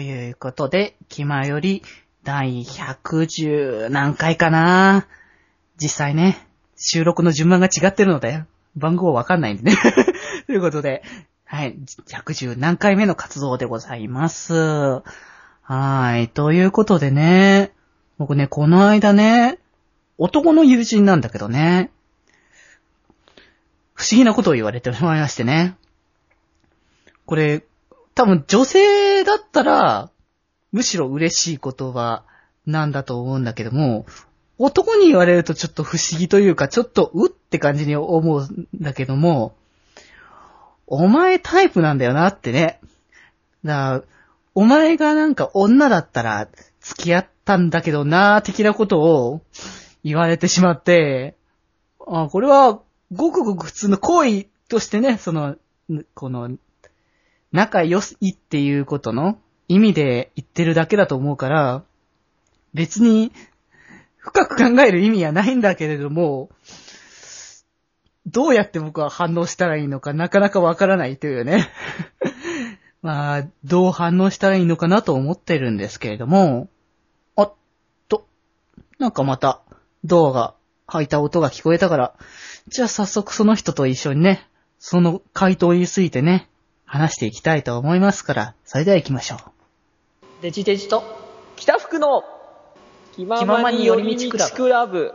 いうことで、気まより第110何回かな実際ね、収録の順番が違ってるので、番号わかんないんでね。 ということで、はい、110何回目の活動でございます。はーい、ということでね、僕ね、この間ね、男の友人なんだけどね、不思議なことを言われてしまいましてね。これ、多分女性だったら、むしろ嬉しい言葉なんだと思うんだけども、男に言われるとちょっと不思議というか、ちょっとうって感じに思うんだけども、お前タイプなんだよなってね。だからお前がなんか女だったら付き合ったんだけどな的なことを言われてしまって、あこれはごくごく普通の行為としてね、その、んこの、仲良いっていうことの意味で言ってるだけだと思うから、別に深く考える意味はないんだけれども、どうやって僕は反応したらいいのかなかなかわからないというね。 まあ、どう反応したらいいのかなと思ってるんですけれども、あっと、なんかまた、ドアが開いた音が聞こえたから、じゃあ早速その人と一緒にね、その回答についてね、話していきたいと思いますから、それでは行きましょう。デジデジと北福の気ままに寄り道クラブ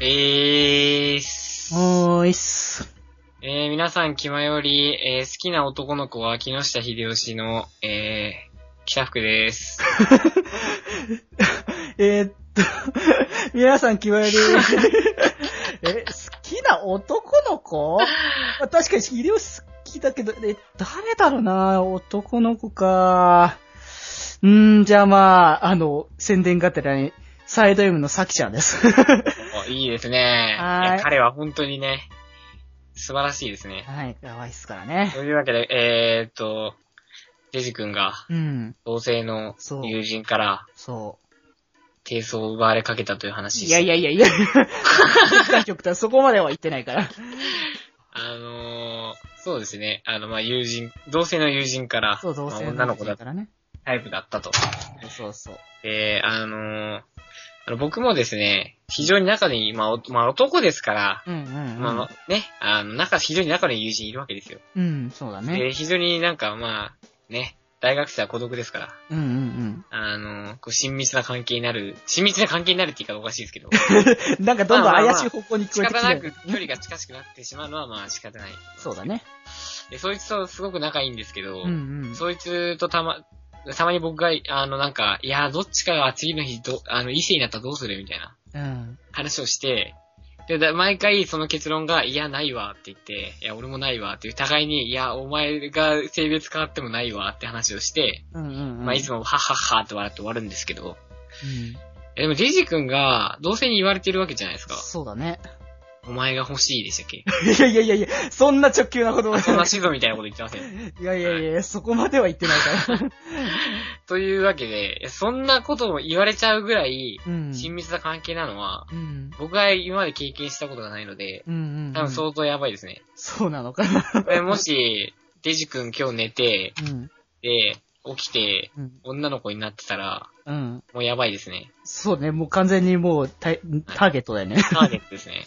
えーす、おーいっす。えー皆さん、気まより、えー好きな男の子は木下秀吉の、えー、北 福です。えーっと、 皆さん決まり。 え、好きな男の 子、まあ、確かに秀吉好きだけど、え、誰だろうな男の子か。うーん、じゃあまあ、あの、宣伝がてらに、サイド M のさきちゃんです。 おいいですね。はーいいや彼は本当にね、素晴らしいですね。はい、やばいっすからね。というわけで、えーっと、デジ君がうん、同性のそう友人からそ低層を奪われかけたというう。話いやいやいやいや。 極端極端、そこまでは言ってないから。あのー、そうですね。あの、まあ、友人、同性の友人から、そう、どうせまあ女の子だからね。タイプだったと。そうそう。で、あのーあの僕もですね、非常に仲のいい、まあ、おまあ、男ですから、うんうん、うん。まあまあ、ね、あの、仲、非常に仲のいい友人いるわけですよ。うん、そうだね。で、非常になんか、まあ、ね、大学生は孤独ですから、うんうんうん。あのーこう、親密な関係になる、親密な関係になるって言い方おかしい ですけど、なんかどんどん怪しい方向に聞こ仕えてき方てなるく。距離が近しくなってしまうのは、まあ、仕方ない。そうだね。で、そいつとすごく仲いいんですけど、うんうん。そいつとたま、たまに僕が、あの、なんか、いやー、どっちかが次の日、ど、あの、異性になったらどうするみたいな。うん。話をして、で、だ毎回その結論が、いや、ないわって言って、いや、俺もないわっていう、互いに、いや、お前が性別変わってもないわって話をして、うんうんうん。まあ、いつも。も、はっはっはって笑って終わるんですけど、えでも、デジ君が、同性に言われてるわけじゃないですか。そうだね。お前が欲しいでしたっけいやいやいやいや、そんな直球なことはそんなシぞみたいなこと言ってま せん。いやいやいや、そこまでは言ってないから。というわけで、いやそんなことも言われちゃうぐらい、 うん。親密な関係なのは、うん。僕が今まで経験したことがないので、うんうん。多分相当やばいですね。そうなのかな。これもし、デジ君今日寝て、うん。で、起きて、うん。女の子になってたら、うん。もうやばいですね。そうね、もう完全にもうタイターゲットだよね。ターゲットです ね。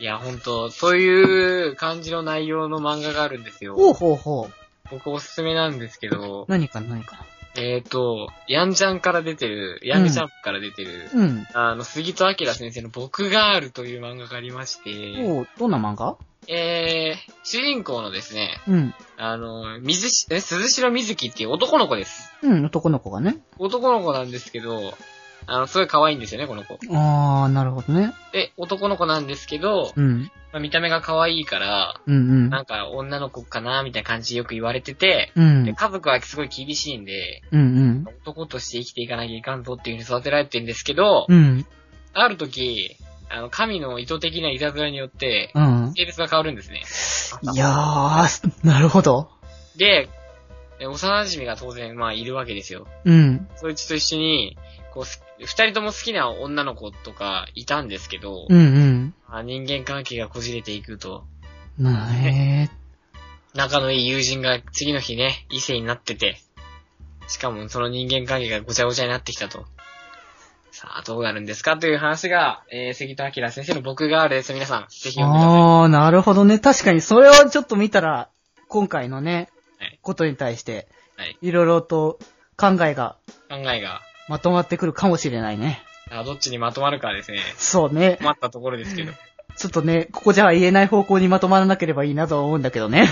いや、ほんと、そういう感じの内容の漫画があるんですよ。ほうほうほう。僕おすすめなんですけど、何かな何かえっ、ー、と、ヤンジャンから出てる、ヤングジャンプから出てる、な。うん。あの、杉戸明先生の僕ガールという漫画がありまして、おう、どんな漫画えー、主人公のですね、うん。ああの、水し、え、鈴代水木っていう男の子です。うん、男の子がね。男の子なんですけど、あの、すごい可愛いんですよね、この子。あー、なるほどね。で、男の子なんですけど、うん。まあ見た目が可愛いから、うんなんか女の子かなみたいな感じでよく言われてて、うん。うんで、。家族はすごい厳しいんで、うん男として生きていかなきゃいかんぞっていう風に育てられてるんですけど、うん。うん。ある時、あの、神の意図的ないたずらによって、うん。性別が変わるんですね。いやー、なるほど。で、え幼馴染が当然、まあ、いるわけですよ。うん。そいつと一緒に、こうす、二人とも好きな女の子とかいたんですけど、うんうん。まあ人間関係がこじれていくと、なえ仲のいい友人が次の日ね、異性になってて、しかもその人間関係がごちゃごちゃになってきたと。さあ、どうなるんですかという話が、えー、関戸明先生の僕があるです。皆さん、ぜひー。読んでください。あー、なるほどね。確かに、それをちょっと見たら、今回のねはい、ことに対してはい、いろいろと考えが考えが、まとまってくるかもしれないね。あどっちにまとまるかですね、そうね。困ったところですけど。ちょっとね、ここじゃ言えない方向にまとまらなければいいなとは思うんだけどね。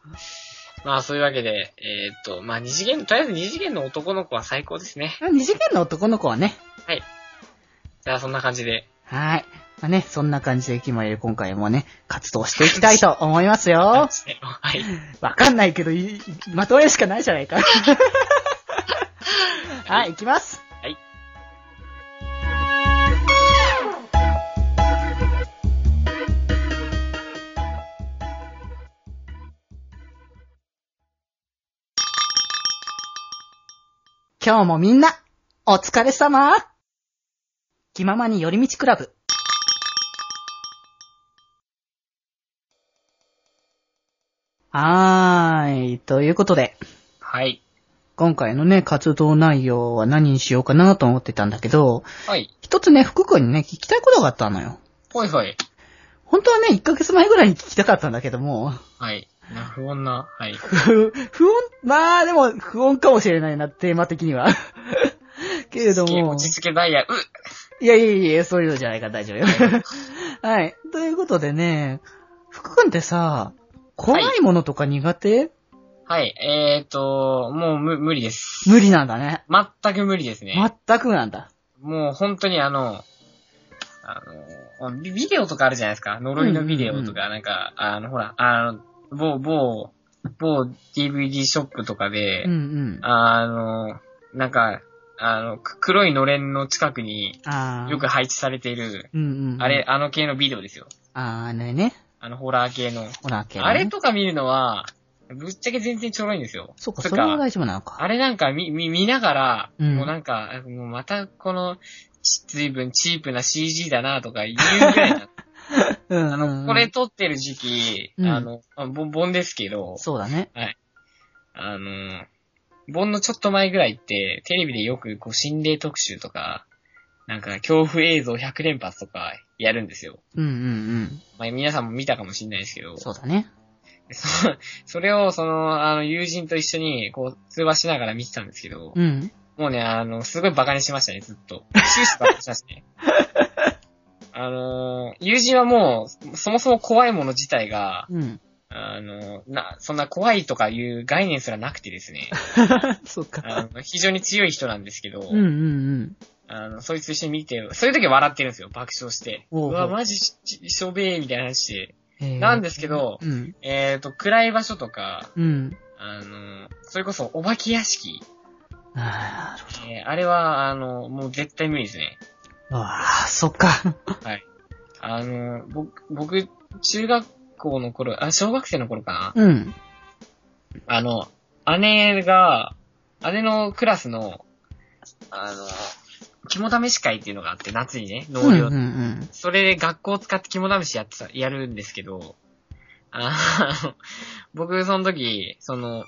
まあ、そういうわけで、えー、っと、まあ、二次元、とりあえず二次元の男の子は最高ですね。二次元の男の子はね。じゃあ、そんな感じで。はい。まあね、そんな感じで、キマイル今回もね、活動していきたいと思いますよ。はい。わかんないけど、いいまとめるしかないじゃない か。はい、いきます。はい。今日もみんな、お疲れ様気ままに寄り道クラブ。はーい。ということで、はい。今回のね、活動内容は何にしようかなと思ってたんだけど、はい。一つね、福君にね、聞きたいことがあったのよ。ほいほい。本当はね、1ヶ月前ぐらいに聞きたかったんだけども、はい。な不穏な。はい。不、不穏、まあでも、不穏かもしれないな、テーマ的に は。けれども落、ち着けダイヤ、ういやいやいや、そういうのじゃないから大丈夫よ。 はい。ということでね、福君ってさ、怖いものとか苦手、はい。えーと、もう無無理です。無理なんだね。全く無理ですね。全くなんだ。もう本当にあの、あの、ビビデオとかあるじゃないですか。呪いのビデオとか、なんか、あの、ほら、あの、某、某、某 DVD ショップとかで、うんうん。あの、なんか、あの、く黒いのれんの近くにああ。よく。配置されている、うんうんうん。あれ、あの系のビデオですよ。あー、ねね。あの、ホラー系の。ほら、けどねあれとか見るのは、ぶっちゃけ全然ちょろいんですよ。そうか、つうそれは大丈夫なのか。あれなんか見、見、見ながら、うんもうなんか、もうまたこの、ち随分チープな CG だなとか言うぐらいな。 うんあの、これ、撮ってる時期、うんあの、まあぼん、盆ですけど、そうだね。あの、盆のちょっと前ぐらいって、テレビでよくこう心霊特集とか、なんか恐怖映像100連発とかやるんですよ。うんうんまあ、皆さんも見たかもしれないですけうどん。、そうだね。そ それをその、あの、友人と一緒にこう通話しながら見てたんですけど、うん。もうね、あの、すごいバカにしましたね、ずっと。終始バカにしました ね。あのー、友人はもう、そもそも怖いもの自体が、うん。 あのー、な、そんな怖いとかいう概念すらなくてです ね、そうあか。の非常に強い人なんですけど、うんうんあの、そいつと一緒に見て、そういう時は笑ってるんですよ、爆笑して。おうおううわ、マジし、ししょべえ、みたいな話で。うん。なんですけどえー、うん。えーと、暗い場所とか、うん。あのー、それこそお化け屋敷。あえーあれは、あの、もう絶対無理ですね。ーあー、そっか。 あの、僕、僕、中学校の頃、あ、小学生の頃かうん。な。あの、姉が、姉のクラスの、あの、肝試し会っていうのがあって、夏にね、うん農う業。んうん。それで学校を使って肝試しやってた、やるんですけど、あの、 僕、その時、その、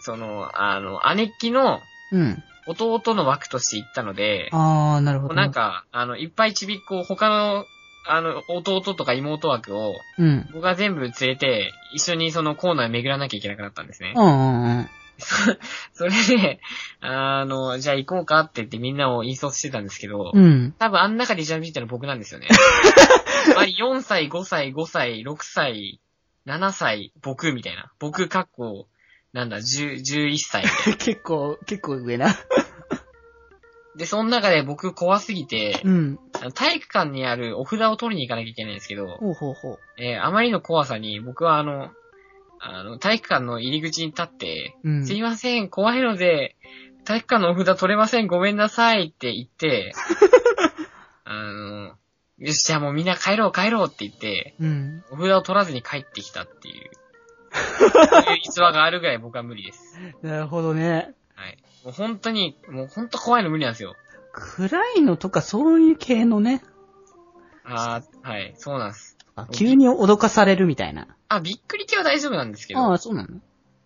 その、あの、姉っきのうん。弟の枠として行ったので、あー、なるほもうど。なん。か、あの、いっぱいちびっ子を、他の、あの、弟とか妹枠を、うん。僕が全部連れて、一緒にそのコーナー巡らなきゃいけなくなったんですねう。んうんうん。それで、あの、じゃあ行こうかって言ってみんなを引率してたんですけど、うん。 多分あん中で一番見てるの僕なんですよね。あれ4歳、5歳、5歳、6歳、7歳、僕みたいな。僕、かっこ、なんだ、10 11歳。結 構、結構上な。で、その中で僕怖すぎてう、ん。ああの体育館にあるお札を取りに行かなきゃいけないんですけど、ほうほうほう。えーあまりの怖さに僕はあの、あの、体育館の入り口に立って、うん。すいません、怖いので、体育館のお札取れません、ごめんなさいって 言って、あの、よし、じゃあもうみんな帰ろう帰ろうって言って、うん。お札を取らずに帰ってきたっていう、そういう逸話があるぐらい僕は無理です。なるほどね。はい。もう本当に、もう本当怖いの無理なんですよ。暗いのとかそういう系のね、あー、はい、そうなんです。あ急に脅かされるみたいな。あ、びっくり系は大丈夫なんですけあど、あ、そうなの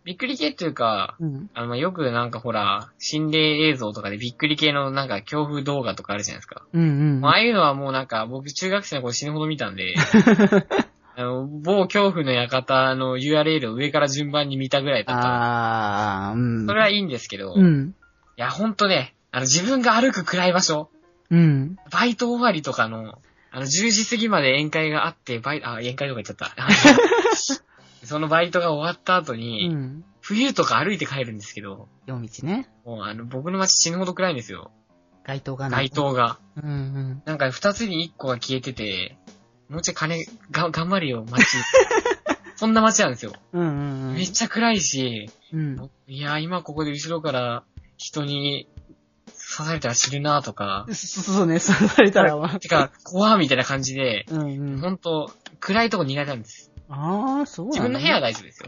びっくり系っていうか、うん。あの、よくなんかほら、心霊映像とかでびっくり系のなんか恐怖動画とかあるじゃないですか。うんうん。まあああいうのはもうなんか、僕中学生の頃死ぬほど見た んで、あの、某恐怖の館の URL を上から順番に見たぐらいだったああ、うん。の。それはいいんですけど、ういん。や、ほんとね、あの、自分が歩く暗い場所、うん。バイト終わりとかの、あの、10時過ぎまで宴会があって、バイト、あ、宴会とか言っちゃった。 そのバイトが終わった後うに、ん。冬とか歩いて帰るんですけど、夜道ね。もうあの、僕の街死ぬほど暗いんですよ。街灯がない。街。灯が。うんなんか二つに一個が消えてて、もうちょい金、が、頑張れよ、 街。そんな街なんですよ。うん。うんうんうん。めっちゃ暗いし、うん。いやー今ここで後ろから人に刺されたら死ぬなとか、そそうね、刺されたらは。 てか、怖ーみたいな感じで、うんうん。ほんと、暗いとこ苦手なんです。ああ、そうな自の分の部屋は大丈夫ですよ。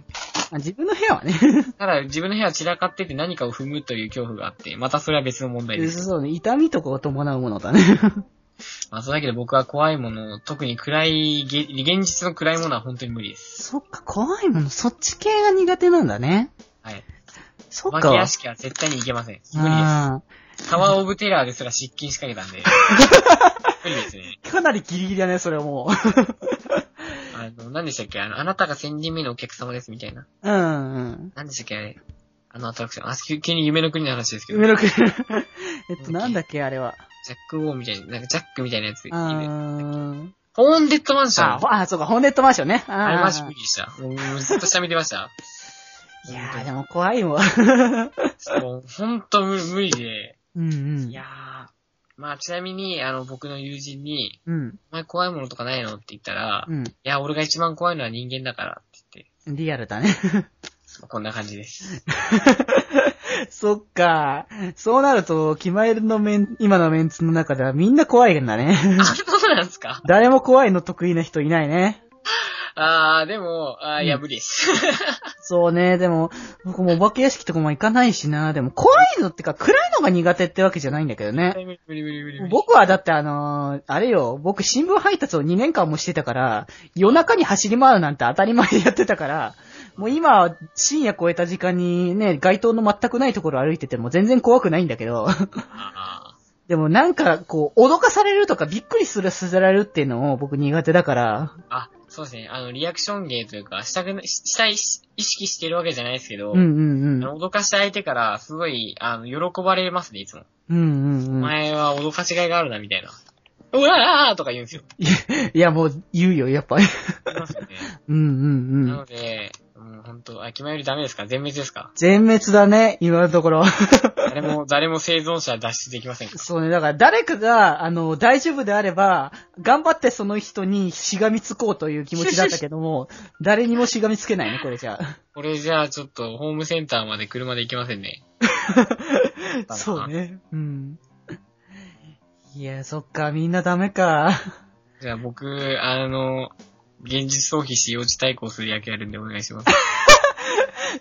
あ自分の部屋はね。ただ、自分の部屋は散らかってて何かを踏むという恐怖があって、またそれは別の問題です。そうね、痛みとかを伴うものだね。まあ、そうだけど僕は怖いもの、特に暗い、げ現実の暗いものは本当に無理です。 そっか、怖いもの、そっち系が苦手なんだね。はい。そおっ化けか屋。敷は絶対に行けません。無理です。あタワーオブテラーですら失禁しかけたん で。無理ですね。ーかなりギリギリだね、それはもう。あの、何でしたっけあの、あなたが1000人目のお客様ですみたいな。うんうん。何でしたっけあれあのアトラクション。あ、急急に夢の国の話ですけど。梅ジ野くん。 えっと、なんだっけ、あれは。ャックウォーみたいな、なんかジャックみたいなやつ。あーホーンデッドマンション。あ、あほあそうか、ホーネットマンションね。あーれマジ無理でした。もうもうずっと下見てました。 いやー、でも怖いわ。もうほんと無無理で。うんうん。いやー。まあちなみに、あの、僕の友人に、うん。お前怖いものとかないのって言ったら、うん。いや、俺が一番怖いのは人間だからって言って、リアルだ ね。まあこんな感じです。そっか。そうなると、キマエルのメン、今のメンツの中ではみんな怖いんだね。あ、そうなんですか誰も怖いの得意な人いないね。あー、でも、あーいや、うん無 理です。そうね、でも、僕もお化け屋敷とかも行かないしな。でも怖いのってか、暗いのが苦手ってわけじゃないんだけど無ね。理無理無理無理無理。僕はだってあのーあれよ、僕新聞配達を2年間もしてたから、夜中に走り回るなんて当たり前でやってたから、もう今、深夜超えた時間にね、街灯の全くないところ歩いてても全然怖くないんだけど、 あでもなんかこう、脅かされるとかびっくりするさせられるっていうのを僕苦手だから、ーあ、そうですね。あの、リアクション芸というか、したくな、ししたい、し意識してるわけじゃないですけど、うんうんあうん。の脅かした相手から、すごい、あの、喜ばれますね、いつも。うんうんおうん。前は脅かしがいがあるな、みたいな。うわーとか言うんですよ。いやもう言うよ、やっぱり。 言いますよね。うんうんう。なんので、もうほんと、あ、決まよりダメですか全滅ですか全滅だね、今のところ。誰も、誰も生存者脱出できませんかそうね、だから誰かが、あの、大丈夫であれば、頑張ってその人にしがみつこうという気持ちだったけど も、誰にもしがみつけないね、これじゃあ。これじゃあちょっと、ホームセンターまで車で行けませんね。 そうね。うん。いや、そっか、みんなダメか。 じゃあ僕、あの、現実逃避し幼児対抗する役やるんでお願いし ます。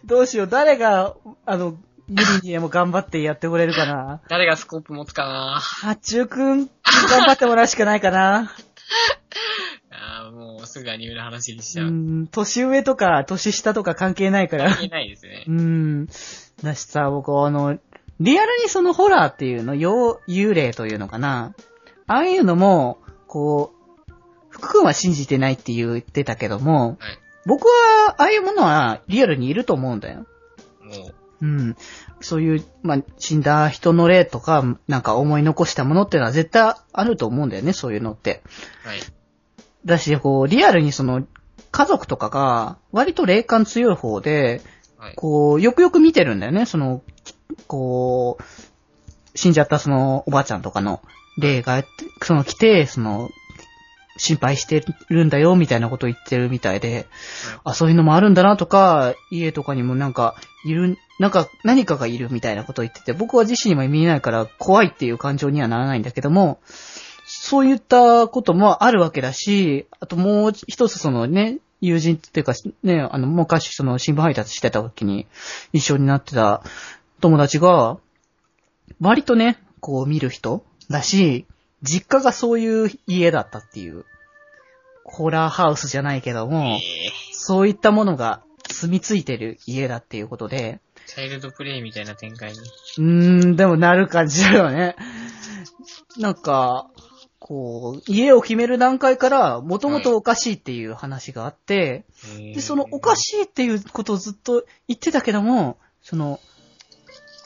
どうしよう、誰が、あの、無理にでも頑張ってやってくれるかな。誰がスコープ持つかな八中くん、頑張ってもらうしかないか な。あーもうすぐアニメの話にしちうゃう。ん、年上とか、年下とか関係ないから。言えないですねう。ん。だしさ、僕、あの、リアルにそのホラーっていうの、幽幽霊というのかな。ああいうのも、こう、福君は信じてないって言ってたけども、はい僕は、ああいうものはリアルにいると思うんだよ。もう、うん。そういう、まあ、死んだ人の霊とか、なんか思い残したものっていうのは絶対あると思うんだよね、そういうのって。はい。だし、こう、リアルにその、家族とかが、割と霊感強い方で、はい。こう、よくよく見てるんだよね、その、こう、死んじゃったそのおばあちゃんとかの霊が、その来て、その、心配してるんだよ、みたいなことを言ってるみたいで、あ、そういうのもあるんだなとか、家とかにもなんか、いる、なんか、何かがいるみたいなことを言ってて、僕は自身にも見えないから怖いっていう感情にはならないんだけども、そういったこともあるわけだし、あともう一つそのね、友人っていうかね、あの、昔その新聞配達してた時に一緒になってた友達が、割とね、こう見る人だし、実家がそういう家だったっていう、ホラーハウスじゃないけども、ええそういったものが住み着いてる家だっていうことで、チャイルドプレイみたいな展開に。うーん、でもなる感じだよね。なんか、こう、家を決める段階から、もともとおかしいっていう話があって、ええで、そのおかしいっていうことをずっと言ってたけども、その、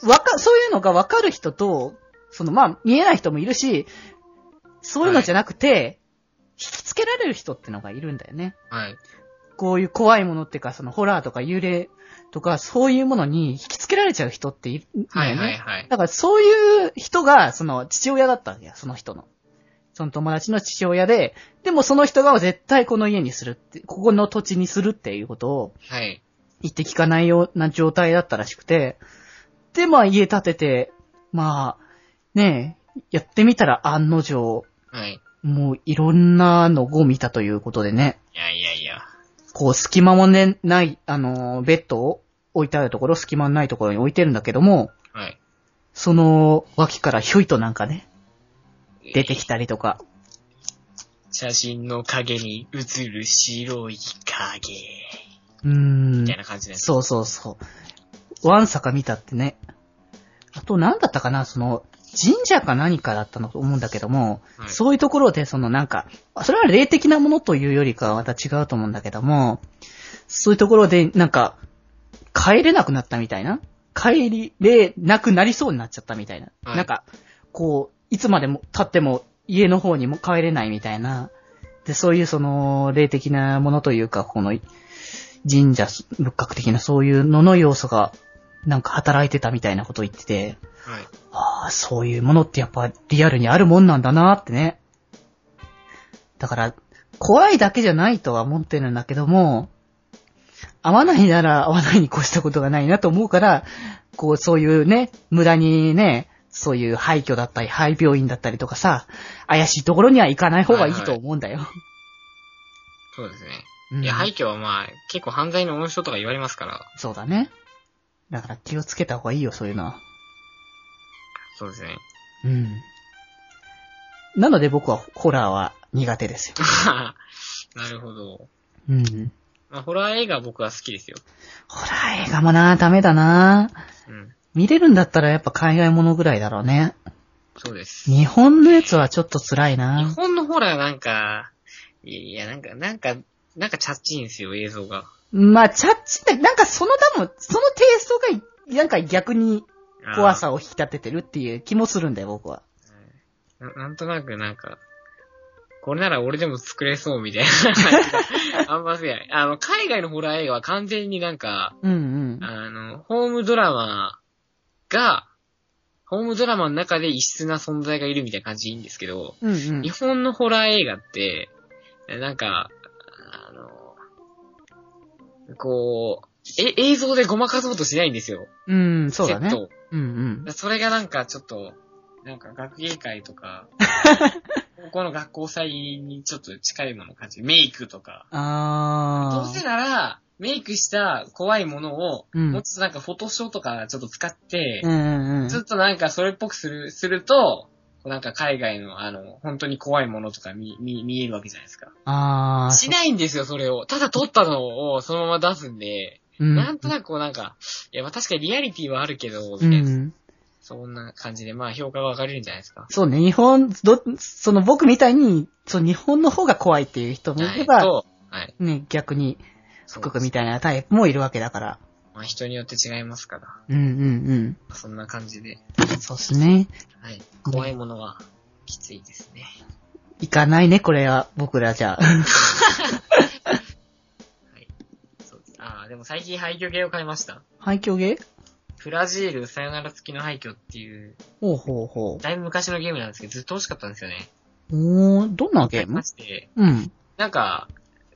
わか、そういうのがわかる人と、その、まあ、見えない人もいるし、そういうのじゃなくて、引きつけられる人ってのがいるんだよね。はい。こういう怖いものっていうか、そのホラーとか幽霊とか、そういうものに引きつけられちゃう人っているんだはよいね。はいはい。だからそういう人が、その父親だったわけや、その人の。その友達の父親で、でもその人が絶対この家にするって、ここの土地にするっていうことをはい。言って聞かないような状態だったらしくて、で、まあ家建てて、まあ、ねえ、やってみたら案の定、はい。いもういろんなのを見たということでね、やいやいや。こう隙間もね、ない、あの、ベッドを置いてあるところ、隙間のないところに置いてるんだけども、はい。その脇からひょいとなんかね、出てきたりとか。写真の影に映る白い影。うーんみた。いな感じです。そうそうそう。ワンサか見たってね。あと何だったかなその、神社か何かだったのと思うんだけども、はいそういうところでそのなんか、それは霊的なものというよりかはまた違うと思うんだけども、そういうところでなんか、帰れなくなったみたいな帰りれなくなりそうになっちゃったみたいな。はいなんか、こう、いつまでも経っても家の方にも帰れないみたいな。で、そういうその、霊的なものというか、この神社仏閣的なそういうのの要素が、なんか働いてたみたいなことを言ってて、はい。ああ、そういうものってやっぱリアルにあるもんなんだなってね。だから、怖いだけじゃないとは思ってるんだけども、合わないなら合わないに越したことがないなと思うから、こう、そういうね、無駄にね、そういう廃墟だったり、廃病院だったりとかさ、怪しいところには行かない方がいいと思うんだよ。そうですね。うんいや、廃墟はまあ、結構犯罪の温床とか言われますから、そうだね。だから気をつけた方がいいよ、そういうのは。そうですね。 うん。なので僕はホラーは苦手ですよ。なるほど。うん。まあ、ホラー映画僕は好きですよ。ホラー映画もな、ダメだな。うん。見れるんだったらやっぱ海外ものぐらいだろうね。そうです。日本のやつはちょっと辛い日な。本のホラーなんか、いやいや、なんか、なんか、なんかチャッチいんですよ、映像が。まあ、チャッチって、なんかその多分、そのテイストが、なんか逆にあー怖。さを引き立ててるっていう気もするんだよ、僕は。ななんとなくなんか、これなら俺でも作れそうみたい な。あんませや。あの、海外のホラー映画は完全になんか、うんうん。あの、ホームドラマが、ホームドラマの中で異質な存在がいるみたいな感じでいいんですけど、うんうん日。本のホラー映画って、なんか、あの、こう、え、映像でごまかそうとしないんですよ。うん、そうだねセッ。トをうんうん。それがなんかちょっと、なんか学芸会 とか、高校の学校祭にちょっと近いものを感じる。メイクとか。どうあせー。なら、メイクした怖いものを、うんもうちょっとなんかフォトショーとかちょっと使ってう、んうんうん。ちょっとなんかそれっぽくする、すると、こうなんか海外のあの、本当に怖いものとか見、見、見えるわけじゃないですか。あー。しないんですよ、それを。ただ撮ったのをそのまま出すんで、うんなんとなくこうなんか、いや、まあ確かにリアリティはあるけど、う。みたいなんそんな感じで、まあ評価が分かれるんじゃないですか。そうね、日本、ど、その僕みたいに、その日本の方が怖いっていう人もいれはいば、と、はい。ね、逆に、そう福君みたいなタイプもいるわけだから。まあ人によって違いますから。うんうんそんな感じで。うん。そうっすね。はい。怖いものは、きついですね。行かないね、これは、僕らじ ゃあ。そうです。ああ、でも最近廃墟系を買いました。反響芸フラジールさよなら付きの廃墟っていう、ほうほうほだいぶ昔のゲームなんですけど、ずっと欲しかったんですよね。う。おー、どんなゲームまして、うん。なんか、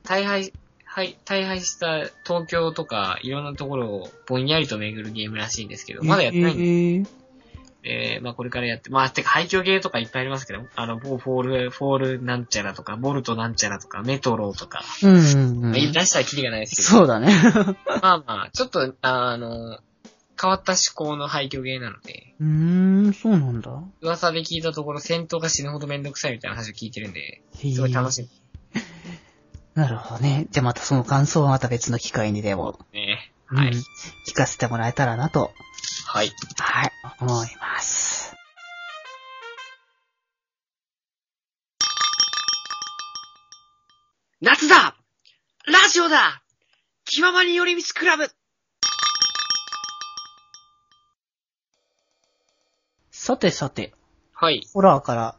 大敗、はい、大敗した東京とか、いろんなところをぼんやりと巡るゲームらしいんですけど、まだやってないんで、えーえーまあこれからやって、まあてか廃墟ゲーとかいっぱいありますけど、あの、フォール、フォールなんちゃらとか、ボルトなんちゃらとか、メトロとか、うんうんうまあ言いん。出したらキリがないですけど、そうだね。まあまあ、ちょっと、あの、変わった思考の廃墟ゲーなので、 うーん、そうなんだ。噂で聞いたところ戦闘が死ぬほどめんどくさいみたいな話を聞いてるんで、すごい楽い。しなるほどね。じゃあまたその感想はまた別の機会にでも、みね。はういん。聞かせてもらえたらなと、はい。はい、思います。夏だラジオだ気ままに寄り道クラブさてさて、はい。ホラーから、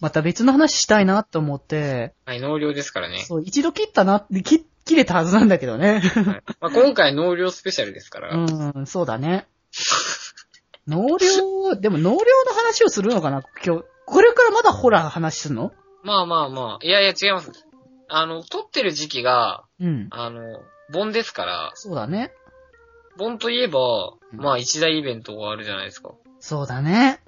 また別の話したいなと思って、はい、納涼ですからね。そう、一度切ったな、切、切れたはずなんだけどね。はいまあ、今回納涼スペシャルですから、 うん、そうだね。納涼、でも納涼の話をするのかな今日、これからまだホラーの話すんのまあまあまあ、いやいや違います。あの、撮ってる時期が、うん。あの、盆ですから、そうだね。盆といえば、うんまあ一大イベントがあるじゃないですか。そうだね。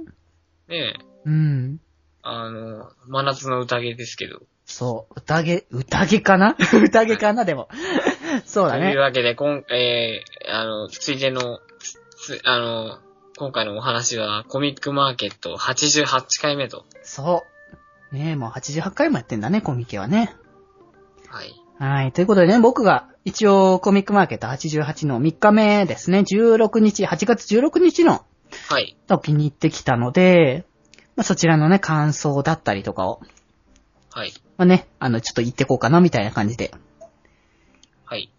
ねえ。うん。あの、真夏の宴ですけど。そう、宴、宴かな 宴かなでも。 そうだというね。わけで、今、えー、あの、ついでの、つ、つあの、今回のお話は、コミックマーケット88回目と。そう。ねえ、もう88回もやってんだね、コミケはね。はい。はい。ということでね、僕が一応コミックマーケット88の3日目ですね、16日、8月16日のはい。時に行ってきたので、まあ、そちらのね、感想だったりとかを、はい。まあ、ね、あの、ちょっと行ってこうかな、みたいな感じで、はい。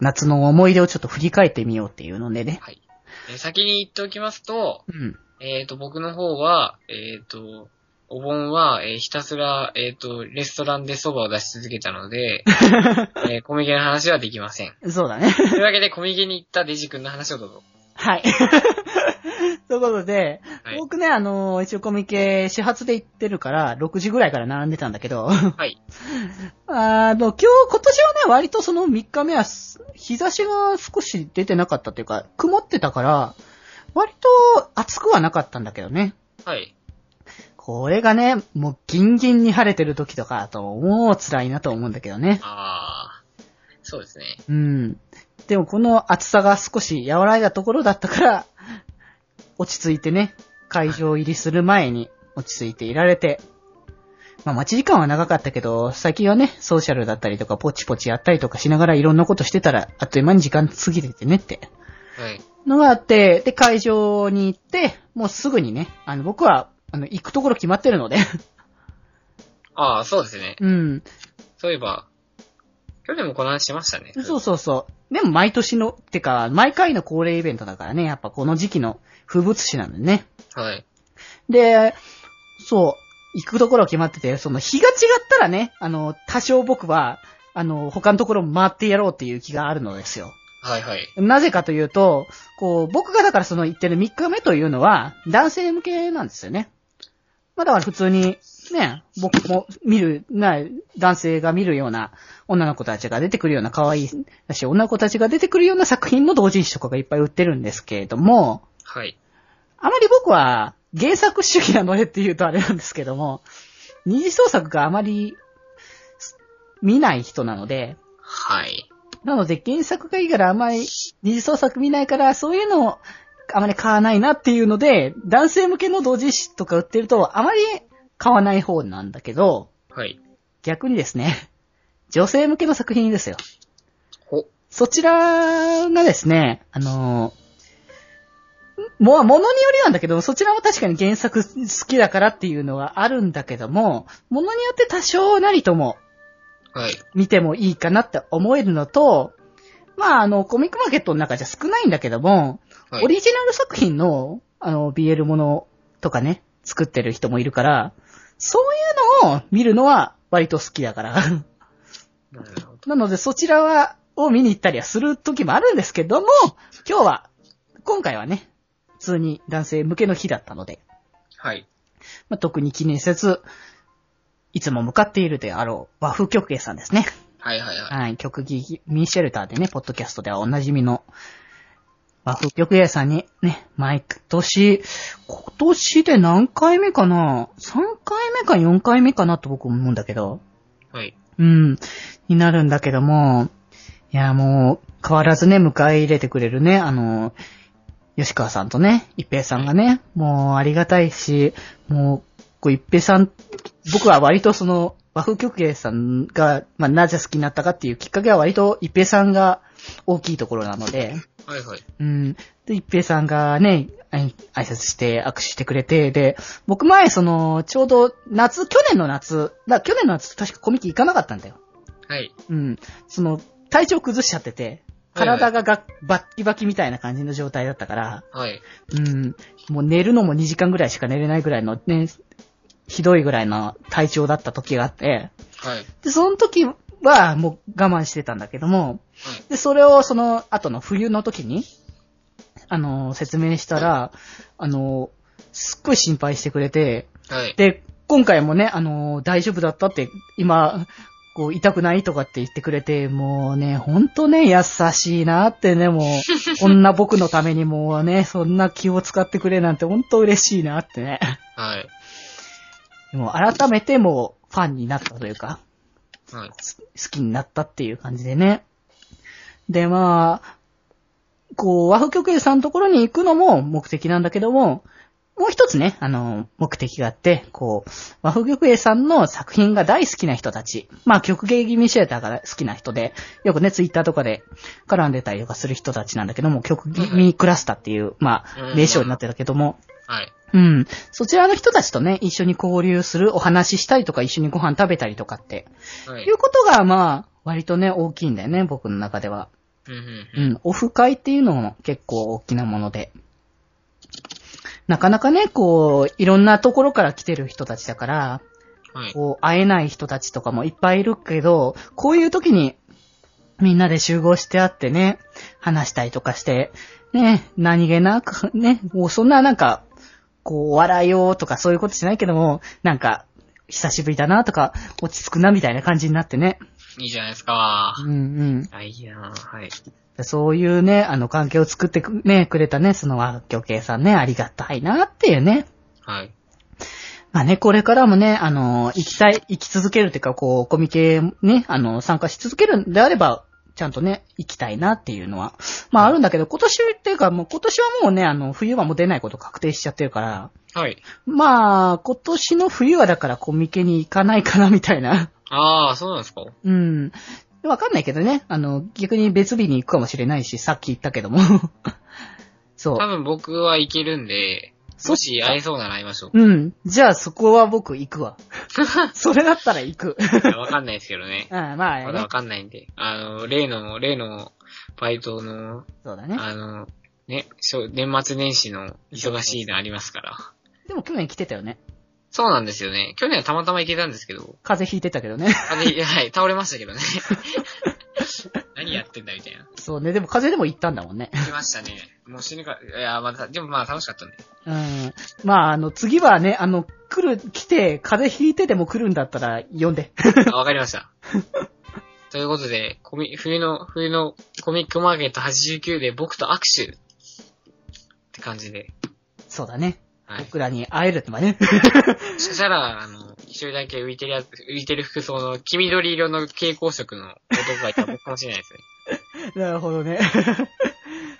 夏の思い出をちょっと振り返ってみようっていうのでね。はい。えー先に言っておきますと、うん。えー、と、僕の方は、えー、と、お盆は、えーひたすら、えー、と、レストランで蕎麦を出し続けたの で、えーコミケの話はできません。そうだね。 というわけで、コミケに行ったデジ君の話をどうぞ。はい。 ということで、はい僕ね、あのー一応コミケ、始発で行ってるから、6時ぐらいから並んでたんだけど、はい。 あの、今日、今年はね、割とその3日目はす、日差しが少し出てなかったというか、曇ってたから、割と暑くはなかったんだけどね。はい。これがね、もうギンギンに晴れてる時とかだと、もう辛いなと思うんだけどね。あー、そうですね。うん。でもこの暑さが少し和らいだところだったから、落ち着いてね、会場入りする前に落ち着いていられて、まあ待ち時間は長かったけど、最近はね、ソーシャルだったりとか、ポチポチやったりとかしながらいろんなことしてたら、あっという間に時間過ぎててねって。はい。のがあって、で、会場に行って、もうすぐにね、あの、僕は、あの、行くところ決まってるので、 ああ、そうですね。うん。そういえば、去年もこの話しましたね。そうそうそう。でも毎年の、てか、毎回の恒例イベントだからね、やっぱこの時期の風物詩なんだよね。はい。で、そう、行くところは決まってて、その日が違ったらね、あの、多少僕は、あの、他のところも回ってやろうっていう気があるのですよ。はいはい。なぜかというと、こう、僕がだからその行ってる3日目というのは、男性向けなんですよね。まあだから普通に、ね、僕も見る、な、男性が見るような女の子たちが出てくるような可愛いだし、女の子たちが出てくるような作品の同人誌とかがいっぱい売ってるんですけれども、はい。あまり僕は原作主義なのでって言うとあれなんですけども、二次創作があまり見ない人なので、はい。なので原作がいいからあんまり二次創作見ないから、そういうのをあまり買わないなっていうので、男性向けの同人誌とか売ってるとあまり買わない方なんだけど、はい。逆にですね、女性向けの作品ですよ。ほ、そちらがですね、あのー、もう、ものによりなんだけど、そちらも確かに原作好きだからっていうのはあるんだけども、ものによって多少なりともはい。見てもいいかなって思えるのと、まあ、あの、コミックマーケットの中じゃ少ないんだけども、はオい。リジナル作品の、あの、BL ものとかね、作ってる人もいるから、そういうのを見るのは割と好きだから。 なるほど。なので、そちらは、を見に行ったりはする時もあるんですけども、今日は、今回はね、普通に男性向けの日だったので、はい。まあ、特に記念せず、いつも向かっているであろう和風曲芸さんですね。はいはいはい。はい、曲劇、ミニシェルターでね、ポッドキャストではおなじみの、和風曲芸さんにね、毎年、今年で何回目かな ?3 回目か4回目かなと僕思うんだけど、はい。うん、になるんだけども、いや、もう、変わらずね、迎え入れてくれるね、あの、吉川さんとね、一平さんがね、もうありがたいし、もう、こう一平さん、僕は割とその、和風曲芸さんが、まあ、なぜ好きになったかっていうきっかけは割と一平さんが大きいところなので、はいはい。うん。で、一平さんがね、あい挨拶して握手してくれて、で、僕前、その、ちょうど夏、去年の夏、だ去年の夏確かコミケ行かなかったんだよ。はい。うん。その、体調崩しちゃってて、体ががバッキバキみたいな感じの状態だったから、はい。うん。もう寝るのも2時間ぐらいしか寝れないぐらいのね、ひどいぐらいの体調だった時があって、はい。で、その時はもう我慢してたんだけども、で、それをその後の冬の時に、あの、説明したら、あの、すっごい心配してくれて、はい。で、今回もね、あの、大丈夫だったって、今、こう、痛くないとかって言ってくれて、もうね、ほんとね、優しいなってね、もう、こんな僕のためにもうね、そんな気を使ってくれなんてほんと嬉しいなってね。はい。もう改めてもう、ファンになったというか、はい。好きになったっていう感じでね。で、まあ、こう、和風曲芸さんのところに行くのも目的なんだけども、もう一つね、あの、目的があって、こう、和風曲芸さんの作品が大好きな人たち、まあ曲芸気味シェーターが好きな人で、よくね、ツイッターとかで絡んでたりとかする人たちなんだけども、曲気味クラスターっていう、まうあ、ん名称になってたけども、はい。うん。そちらの人たちとね、一緒に交流する、お話ししたりとか、一緒にご飯食べたりとかって、はいいうことが、まあ、割とね、大きいんだよね、僕の中では。うんうんう。ん、オフ会っていうのも結構大きなもので。なかなかね、こう、いろんなところから来てる人たちだから、はい。こう、会えない人たちとかもいっぱいいるけど、こういう時に、みんなで集合して会ってね、話したりとかして、ね、何気なく、ね、もうそんななんか、こう、笑いようとかそういうことしないけども、なんか、久しぶりだなとか、落ち着くなみたいな感じになってね。いいじゃないですか。うんうん。あ、いいなぁ。はい。そういうね、あの関係を作ってく,、ね、くれたね、その和曲系さんね、ありがたいなっていうね。はい。まあね、これからもね、あの、行きたい、行き続けるっていうか、こう、コミケね、あの、参加し続けるんであれば、ちゃんとね、行きたいなっていうのは。まああるんだけど、今年っていうか、もう今年はもうね、あの、冬はもう出ないこと確定しちゃってるから、はい。まあ、今年の冬はだからコミケに行かないかな、みたいな。ああ、そうなんですかうん。わかんないけどね。あの、逆に別日に行くかもしれないし、さっき言ったけども。 そう多。分僕は行けるんで、そもっし会えそうなら会いましょうん。じゃあそこは僕行く わ。それだったら行く。う。いやわかんないですけどね。ああまあまだねわ。かんないんで。あの、例の、例の、バイトの、そうだね。あの、ね、しょ年末年始の忙しいのありますから。でも去年来てたよね。そうなんですよね。去年はたまたま行けたんですけど、風邪ひいてたけどね。あれ、いやはい、倒れましたけどね。 何やってんだみたいな。そうね。でも風邪でも行ったんだもんね。行きましたね。もう死ぬか、いや、また、でもまあ楽しかったんで。うん。まあ、あの、次はね、あの、来る、来て、風邪ひいてでも来るんだったら呼んで。あわかりました。ということで、コミ、冬の、冬のコミックマーケット89で僕と握手って感じで。そうだね。はい。僕らに会えるってばね。そしたら、あの、一人だけ浮いてるやつ、浮いてる服装の黄緑色の蛍光色の男がいたら僕かもしれ ないですね。なるほどね。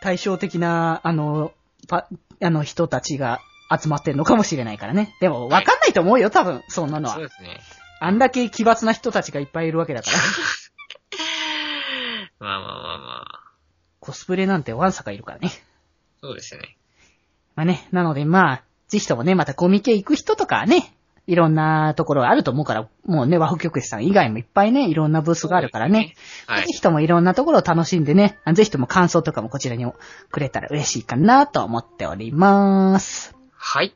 対照的な、あの、パ、あの人たちが集まってるのかもしれないからね。でも、わかんないと思うよ、多分、そんなのはそう。ですね。あんだけ奇抜な人たちがいっぱいいるわけだから。まあまあまあまあ。コスプレなんてワンサカいるからね。そうですね。まあね、なのでまあ、ぜひともね、またコミケ行く人とかはね、いろんなところがあると思うから、もうね、和風曲師さん以外もいっぱいね、いろんなブースがあるからね。はいぜ。ひともいろんなところを楽しんでね、あぜひとも感想とかもこちらにもくれたら嬉しいかなと思っております。はい。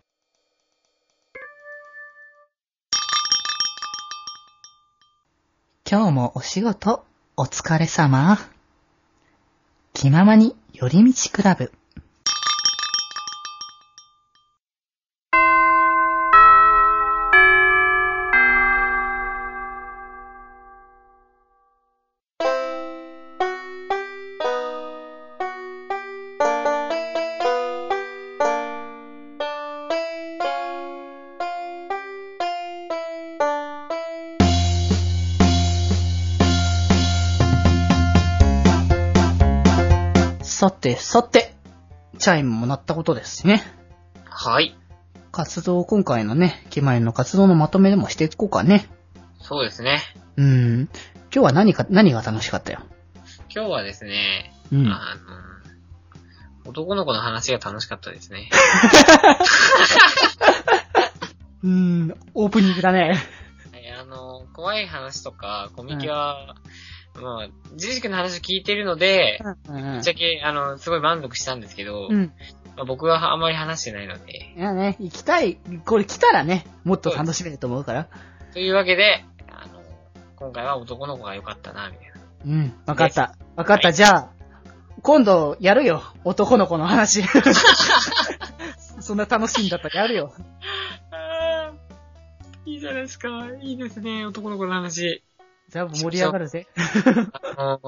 今日もお仕事、お疲れ様。気ままに寄り道クラブ。さて、さて、チャイムも鳴ったことですしね。はい。活動、今回のね、気前の活動のまとめでもしていこうかね。そうですね。うん。今日は何か、何が楽しかったよ。今日はですね、うん。あの、男の子の話が楽しかったですね。うん、オープニングだね。はいあの、怖い話とか、コミケは、まあ、ジジ君の話を聞いてるので、うん。ぶっちゃけ、あの、すごい満足したんですけど、うん。まあ、僕はあんまり話してないので。いやね、行きたい。これ来たらね、もっと楽しめると思うから。というわけで、あの、今回は男の子が良かったな、みたいな。うん。わかった。わかった。はいじゃあ、今度やるよ。男の子の 話。そんな楽しいんだったらやるよ。あーいいじゃないですか。いいですね、男の子の話。だいぶ盛り上がるぜ。あの、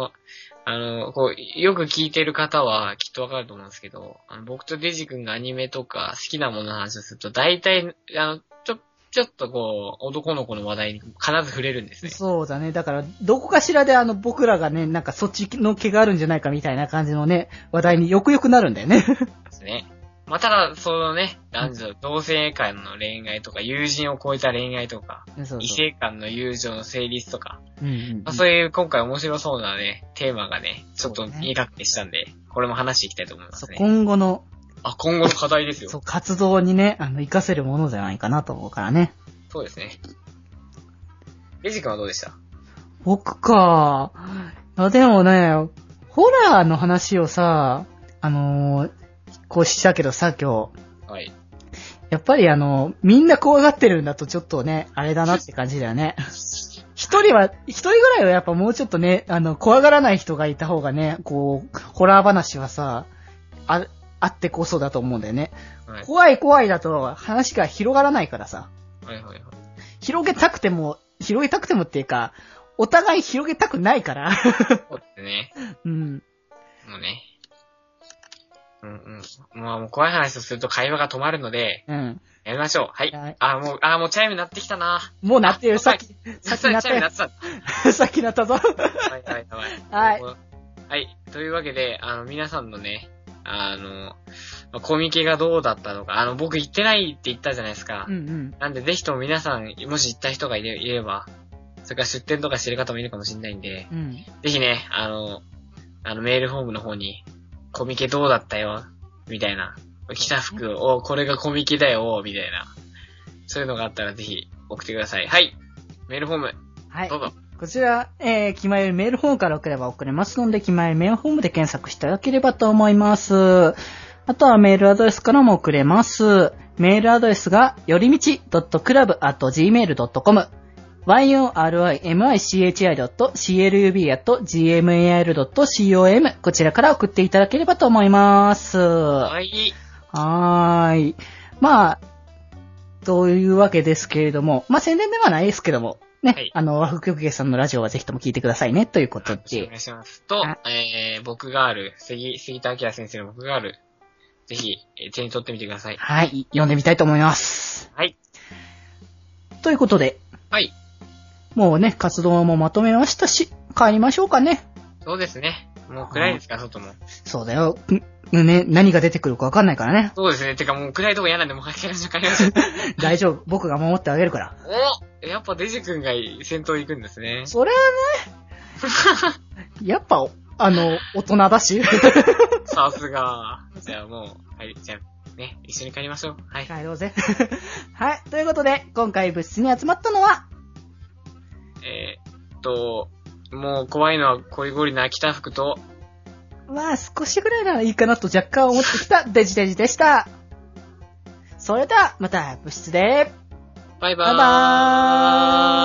あの、こう、よく聞いてる方はきっとわかると思うんですけど、あの僕とデジ君がアニメとか好きなものの話をすると、大体、あの、ちょ、ちょっとこう、男の子の話題に必ず触れるんですね。そうだね。だから、どこかしらであの、僕らがね、なんかそっちの毛があるんじゃないかみたいな感じのね、話題によくよくなるんだ よね。ですね。まあ、ただ、そのね、男女、同性間の恋愛とか、友人を超えた恋愛とか、そうそう異性間の友情の成立とか、うんうんうんまあ、そういう今回面白そうなね、テーマがね、ちょっとそうね見え隠れしたんで、これも話していきたいと思いまそすうね。今後の、あ、今後の課題ですよ。そ、そう活動にね、あの、活かせるものじゃないかなと思うからね。うですね。レジ君はどうでした僕か。あでもね、ホラーの話をさ、あのー、こうしたけどさ、今日。はい。やっぱりあの、みんな怖がってるんだとちょっとね、あれだなって感じだよね。一人は、一人ぐらいはやっぱもうちょっとね、あの、怖がらない人がいた方がね、こう、ホラー話はさ、あ、あってこそだと思うんだよね。はい。怖い怖いだと話が広がらないからさ。はいはいはい。広げたくても、広げたくてもっていうか、お互い広げたくないから。 そうですね。うん。もうね。うんうん。まあもう怖い話をすると会話が止まるので、うん。やめましょう。ははいい。あ、もう、あ、もうチャイム鳴ってきたな。もうなってる。あさっき、さっき実なはっチャイム鳴たってた。よ。さっきなったぞ。はいはいははいい。はい。というわけで、あの、皆さんのね、あの、まあコミケがどうだったのか、あの、僕行ってないって言ったじゃないですか。うんうん。なんで、ぜひとも皆さん、もし行った人がいれいれば、それから出店とかしてる方もいるかもしれないんで、うん。ぜひね、あの、あの、メールフォームの方に、コミケどうだったよ、みたいな。着た服を、これがコミケだよ、みたいな。そういうのがあったらぜひ送ってください。はい。メールフォーム、はいど。うぞ。こちら、えー、気まよりメールフォームから送れば送れますので、気まよりメールフォームで検索していただければと思います。あとはメールアドレスからも送れます。メールアドレスが、よりみち .club.gmail.com yorimichi.club.gmail.com こちらから送っていただければと思います。ははい。ーい。まあ、というわけですけれども、まあ宣伝ではないですけども、ね、はいあの、和服曲芸さんのラジオはぜひとも聞いてくださいね、ということよろしくおで願。いします。とあ、えー、僕がある、杉、杉田明先生の僕がある、ぜひ、えー手に取ってみてください。はい、読んでみたいと思います。はい。ということで、はい。もうね、活動もまとめましたし、帰りましょうかね。そうですね。もう暗いですか、外も。そうだよ。んね、何が出てくるかわかんないからね。 そうですね。てかもう暗いとこ嫌なんで、もう早く帰りましょう、帰りま しょう。大丈夫。僕が守ってあげるから。おやっぱデジ君が先頭行くんですね。それはね、 やっぱ、あの、大人だし。さす が。じゃあもう、はい、じゃあ、ね、一緒に帰りましょう。はい。帰ろうぜ。 はい。ということで、今回物質に集まったのは、えー、っと、もう怖いのは恋ゴリの秋田服と、まあ少しぐらいならいいかなと若干思ってきたデジデジでした。それでは、また部室で。バイバーバイバーイ